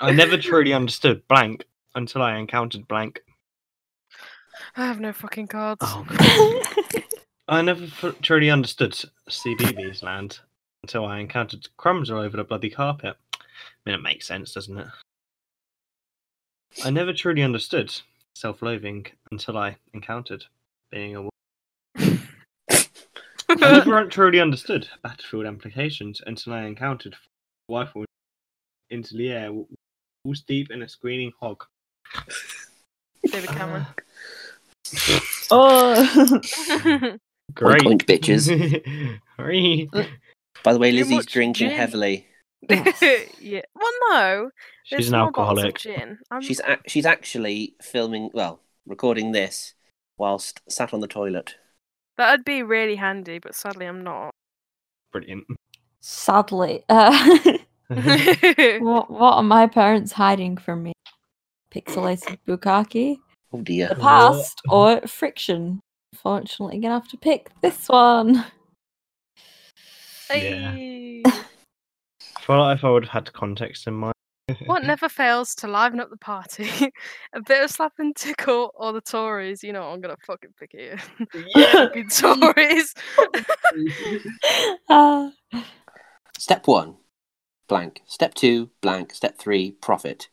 Speaker 2: I never truly understood blank until I encountered blank.
Speaker 4: I have no fucking cards.
Speaker 2: Oh,
Speaker 4: [laughs]
Speaker 2: I never f- truly understood CBBS land until I encountered crumbs all over the bloody carpet. I mean, it makes sense, doesn't it? I never truly understood self loathing until I encountered being a woman. I
Speaker 4: [laughs]
Speaker 2: never truly understood battlefield implications until I encountered rifle into the air, w- walls deep in a screening hog.
Speaker 4: David Cameron.
Speaker 3: oh.
Speaker 2: [laughs]
Speaker 1: Oink, oink, bitches.
Speaker 2: Hurry.
Speaker 1: By the way,
Speaker 4: Too
Speaker 1: Lizzie's
Speaker 4: much
Speaker 1: drinking
Speaker 4: gin.
Speaker 1: heavily.
Speaker 3: Yes.
Speaker 4: [laughs] yeah. Well, no.
Speaker 2: She's
Speaker 4: there's
Speaker 2: an
Speaker 4: more bottles of
Speaker 2: alcoholic.
Speaker 4: Gin. I'm-
Speaker 1: She's ac she's actually filming, well, recording this whilst sat on the toilet.
Speaker 4: That'd be really handy, but sadly,
Speaker 2: [laughs]
Speaker 4: I'm not.
Speaker 2: [laughs]
Speaker 1: [laughs]
Speaker 2: Brilliant.
Speaker 3: Sadly. Uh, [laughs]
Speaker 4: Why
Speaker 3: what, what are my parents hiding from me? Pixelated bukkake,
Speaker 1: Oh
Speaker 3: the
Speaker 1: dear.
Speaker 3: past, or [laughs] friction? Unfortunately, gonna have to pick this one.
Speaker 2: Yeah.
Speaker 4: [laughs] Hey.
Speaker 2: I feel like if I would have had context in mind.
Speaker 4: what never fails to liven up the party? [laughs] a bit of slapping tickle or the Tories. You know, what, I'm going to fucking pick it. [laughs] Fucking Tories.
Speaker 3: Ah,
Speaker 1: Step one, blank. Step two, blank. Step three, profit.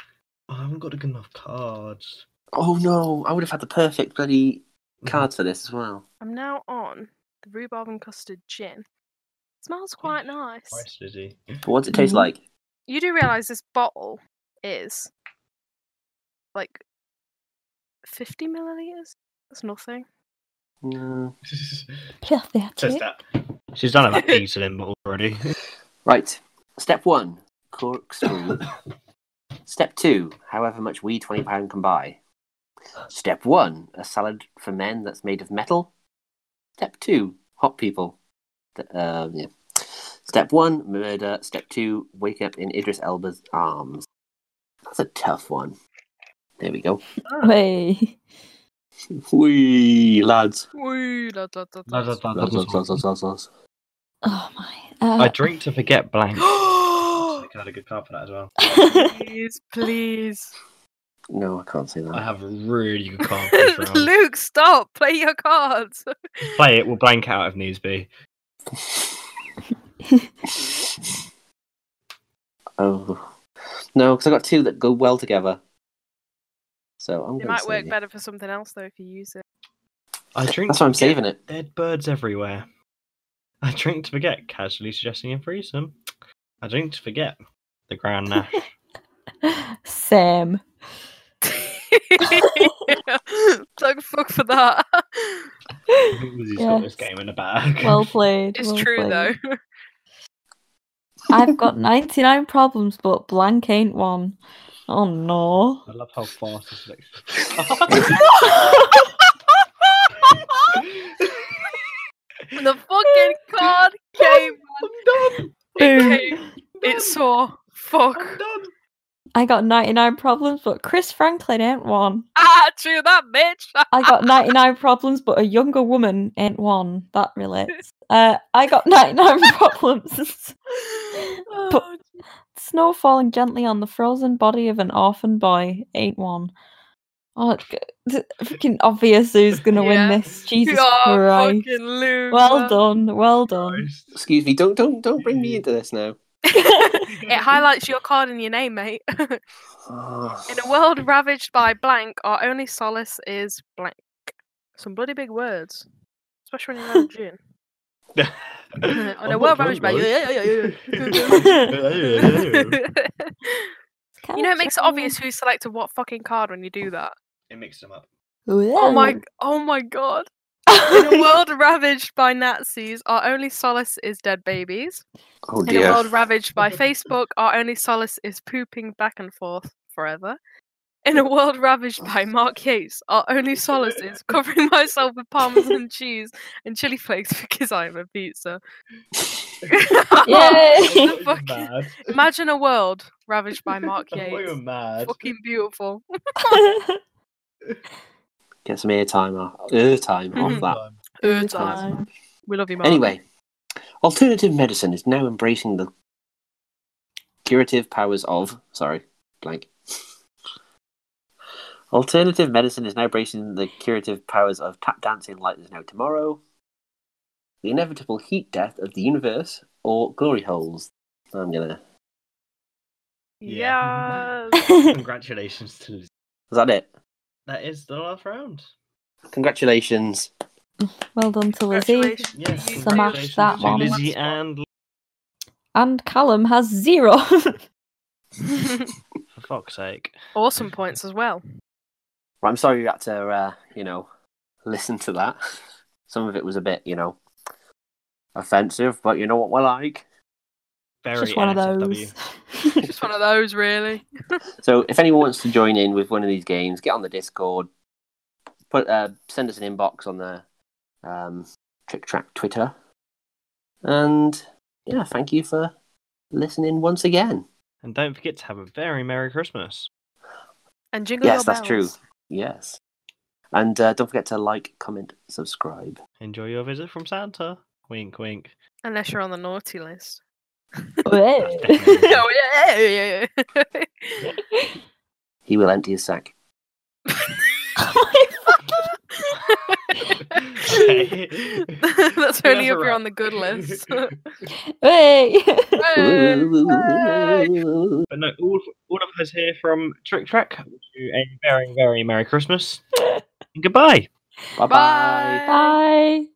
Speaker 2: [laughs] I haven't got a good enough cards.
Speaker 1: Oh no, I would have had the perfect bloody
Speaker 2: Mm-hmm.
Speaker 1: cards for this as well.
Speaker 4: I'm now on the rhubarb and custard gin. Smells quite Mm, nice.
Speaker 2: Christ,
Speaker 1: [laughs]
Speaker 2: Lizzie.
Speaker 1: But what's it
Speaker 4: Mm-hmm.
Speaker 1: taste
Speaker 3: Mhm.
Speaker 1: like?
Speaker 4: You do realize this bottle is like 50 milliliters? That's nothing.
Speaker 1: Mm.
Speaker 3: filthy
Speaker 2: Says
Speaker 3: attic.
Speaker 2: that. She's done about insulin bottle
Speaker 1: [laughs]
Speaker 2: already. [laughs]
Speaker 1: Right. Step one, corkscrew. Step two, however much we twenty pound can buy. Step one, a salad for men that's made of metal. Step two, hot people. Th- Uh, yeah. Step one, murder. Step two, wake up in Idris Elba's arms. That's a tough one. There we go.
Speaker 3: Hey.
Speaker 1: Wee lads.
Speaker 4: Woo, lad, lad, lad,
Speaker 2: Lads, lads,
Speaker 4: lads. [gasps]
Speaker 1: Lads,
Speaker 2: lads, lads,
Speaker 1: lads,
Speaker 2: lads.
Speaker 1: lads, lads, lads, lads.
Speaker 3: Oh my. Uh,
Speaker 2: I drink to forget
Speaker 1: [gasps]
Speaker 2: blank. I had a good card for that as well.
Speaker 3: uh,
Speaker 4: [laughs] please, please.
Speaker 1: No, I can't say that.
Speaker 2: I have a really good card
Speaker 1: [laughs]
Speaker 2: for this round.
Speaker 4: Luke, stop. Play your cards.
Speaker 2: Play it, we'll blank out if needs be.
Speaker 1: oh no, because I got two that go well together. So I'm
Speaker 4: It
Speaker 1: going
Speaker 4: might
Speaker 1: to
Speaker 4: work better for something else, though, if you use it. [laughs]
Speaker 2: I drink
Speaker 1: That's
Speaker 2: to
Speaker 1: why I'm
Speaker 2: forget
Speaker 1: saving it.
Speaker 2: Dead birds everywhere. I drink to forget, casually suggesting a threesome. I drink to forget the Grand Nash.
Speaker 3: [laughs] Sam.
Speaker 4: Tug fuck for that. [laughs]
Speaker 2: I think Lizzie's got this
Speaker 3: Yes.
Speaker 2: game in the bag. [laughs]
Speaker 3: Well played.
Speaker 4: It's
Speaker 3: well
Speaker 4: true,
Speaker 3: played.
Speaker 4: though.
Speaker 3: I've got 99 problems, but blank ain't one. Oh no.
Speaker 4: [laughs]
Speaker 2: I love how fast this looks.
Speaker 4: [laughs] The fucking
Speaker 3: [laughs]
Speaker 4: card came.
Speaker 2: I'm done.
Speaker 3: Boom.
Speaker 4: It came. It saw. Fuck.
Speaker 2: I'm done.
Speaker 3: I got 99 problems, but Chris Franklin ain't one.
Speaker 4: Ah, true that,
Speaker 3: [laughs]
Speaker 4: bitch. [laughs]
Speaker 3: I got 99 problems, but a younger woman ain't one. That relates. Uh, I got 99 [laughs]
Speaker 4: [laughs]
Speaker 3: problems.
Speaker 4: Oh,
Speaker 3: Snow falling gently on the frozen body of an orphan boy ain't one. Oh, it's g- it's fucking obvious who's gonna win
Speaker 4: Yeah.
Speaker 3: this. Jesus
Speaker 4: [laughs] oh,
Speaker 3: Christ.
Speaker 4: fucking loser.
Speaker 3: Well done, well done.
Speaker 1: Excuse me, don't don't don't bring me into this now.
Speaker 3: [laughs]
Speaker 4: [laughs] it
Speaker 2: [laughs]
Speaker 4: highlights your card and your name, mate. [laughs] In
Speaker 1: Oh.
Speaker 4: a world ravaged by blank, our only solace is blank. Some bloody big words, especially when
Speaker 3: [laughs]
Speaker 4: you're in June. On a world ravaged by yeah, yeah, yeah, yeah. [laughs]
Speaker 3: Can't
Speaker 4: you know, it makes it
Speaker 3: tell. [laughs]
Speaker 4: obvious who selected what fucking card when you do that.
Speaker 2: It mixed them
Speaker 4: [laughs]
Speaker 2: up.
Speaker 4: Oh my, oh my [laughs] god. In a world ravaged by Nazis, our only solace is dead babies.
Speaker 1: oh
Speaker 4: In a
Speaker 1: dear.
Speaker 4: world ravaged by Facebook, our only solace is pooping back and forth forever. In a world ravaged by Mark Yates, our only solace is covering myself with parmesan cheese and chili flakes [laughs] because I'm a pizza. [laughs]
Speaker 3: Yay!
Speaker 2: [laughs]
Speaker 4: The fuck- [laughs] Imagine a world ravaged by Mark Yates.
Speaker 2: mad.
Speaker 3: [laughs]
Speaker 4: Fucking beautiful.
Speaker 1: Get some airtime off airtime off
Speaker 2: Mm-hmm.
Speaker 4: Mhm.
Speaker 1: er, that.
Speaker 4: Good time.
Speaker 3: Time.
Speaker 4: We love you, Mark.
Speaker 1: Anyway, alternative medicine is now embracing the curative powers of. Sorry, blank. Alternative medicine is now embracing the curative powers of tap dancing like there's no tomorrow, the inevitable heat death of the universe, or glory holes. I'm gonna.
Speaker 2: Yeah.
Speaker 4: Yes.
Speaker 3: [laughs]
Speaker 2: Congratulations to Liz.
Speaker 1: Is that it?
Speaker 2: That is the last round.
Speaker 1: Congratulations.
Speaker 3: [laughs] well done to Lizzie.
Speaker 4: Congratulations.
Speaker 2: Yes.
Speaker 4: You
Speaker 3: Smash
Speaker 2: congratulations
Speaker 3: that
Speaker 2: to
Speaker 3: one.
Speaker 2: Lizzie and
Speaker 3: And Callum has zero. [laughs]
Speaker 4: did.
Speaker 2: for fuck's sake.
Speaker 4: [laughs] awesome points as well.
Speaker 1: Well, I'm sorry you had to, uh, you know, listen to that. [laughs] Some of it was a bit, you know, offensive, but you know what we're like.
Speaker 2: Very
Speaker 3: Just one of
Speaker 2: NSFW.
Speaker 3: those.
Speaker 4: [laughs] Just
Speaker 2: [laughs]
Speaker 4: one of those, really.
Speaker 1: So if anyone wants to join in with one of these games, get on the Discord, put uh, send us an inbox on the um, Trick Track Twitter, and yeah, thank you for listening once again.
Speaker 2: And don't forget to have a very Merry Christmas.
Speaker 4: And jingle
Speaker 1: yes,
Speaker 4: your
Speaker 1: that's true.
Speaker 4: bells.
Speaker 1: Yes, and uh, don't forget to like, comment, subscribe.
Speaker 2: Enjoy your visit from Santa. Wink, wink.
Speaker 4: Unless you're on the naughty
Speaker 1: [laughs]
Speaker 4: list. [laughs]
Speaker 3: [laughs]
Speaker 2: definitely-
Speaker 3: Whoa.
Speaker 4: oh, yeah, yeah, yeah, yeah. [laughs]
Speaker 1: He will empty his sack.
Speaker 2: Okay.
Speaker 4: That's
Speaker 2: Yeah,
Speaker 4: only if
Speaker 2: that's a
Speaker 4: you're
Speaker 2: wrap.
Speaker 4: on the good list. [laughs]
Speaker 3: Hey.
Speaker 4: Hey, hey.
Speaker 2: But no, all, all of us here from Trick Track wish you a very, very Merry Christmas. and goodbye.
Speaker 1: Bye bye.
Speaker 4: Bye.
Speaker 3: [laughs] Bye.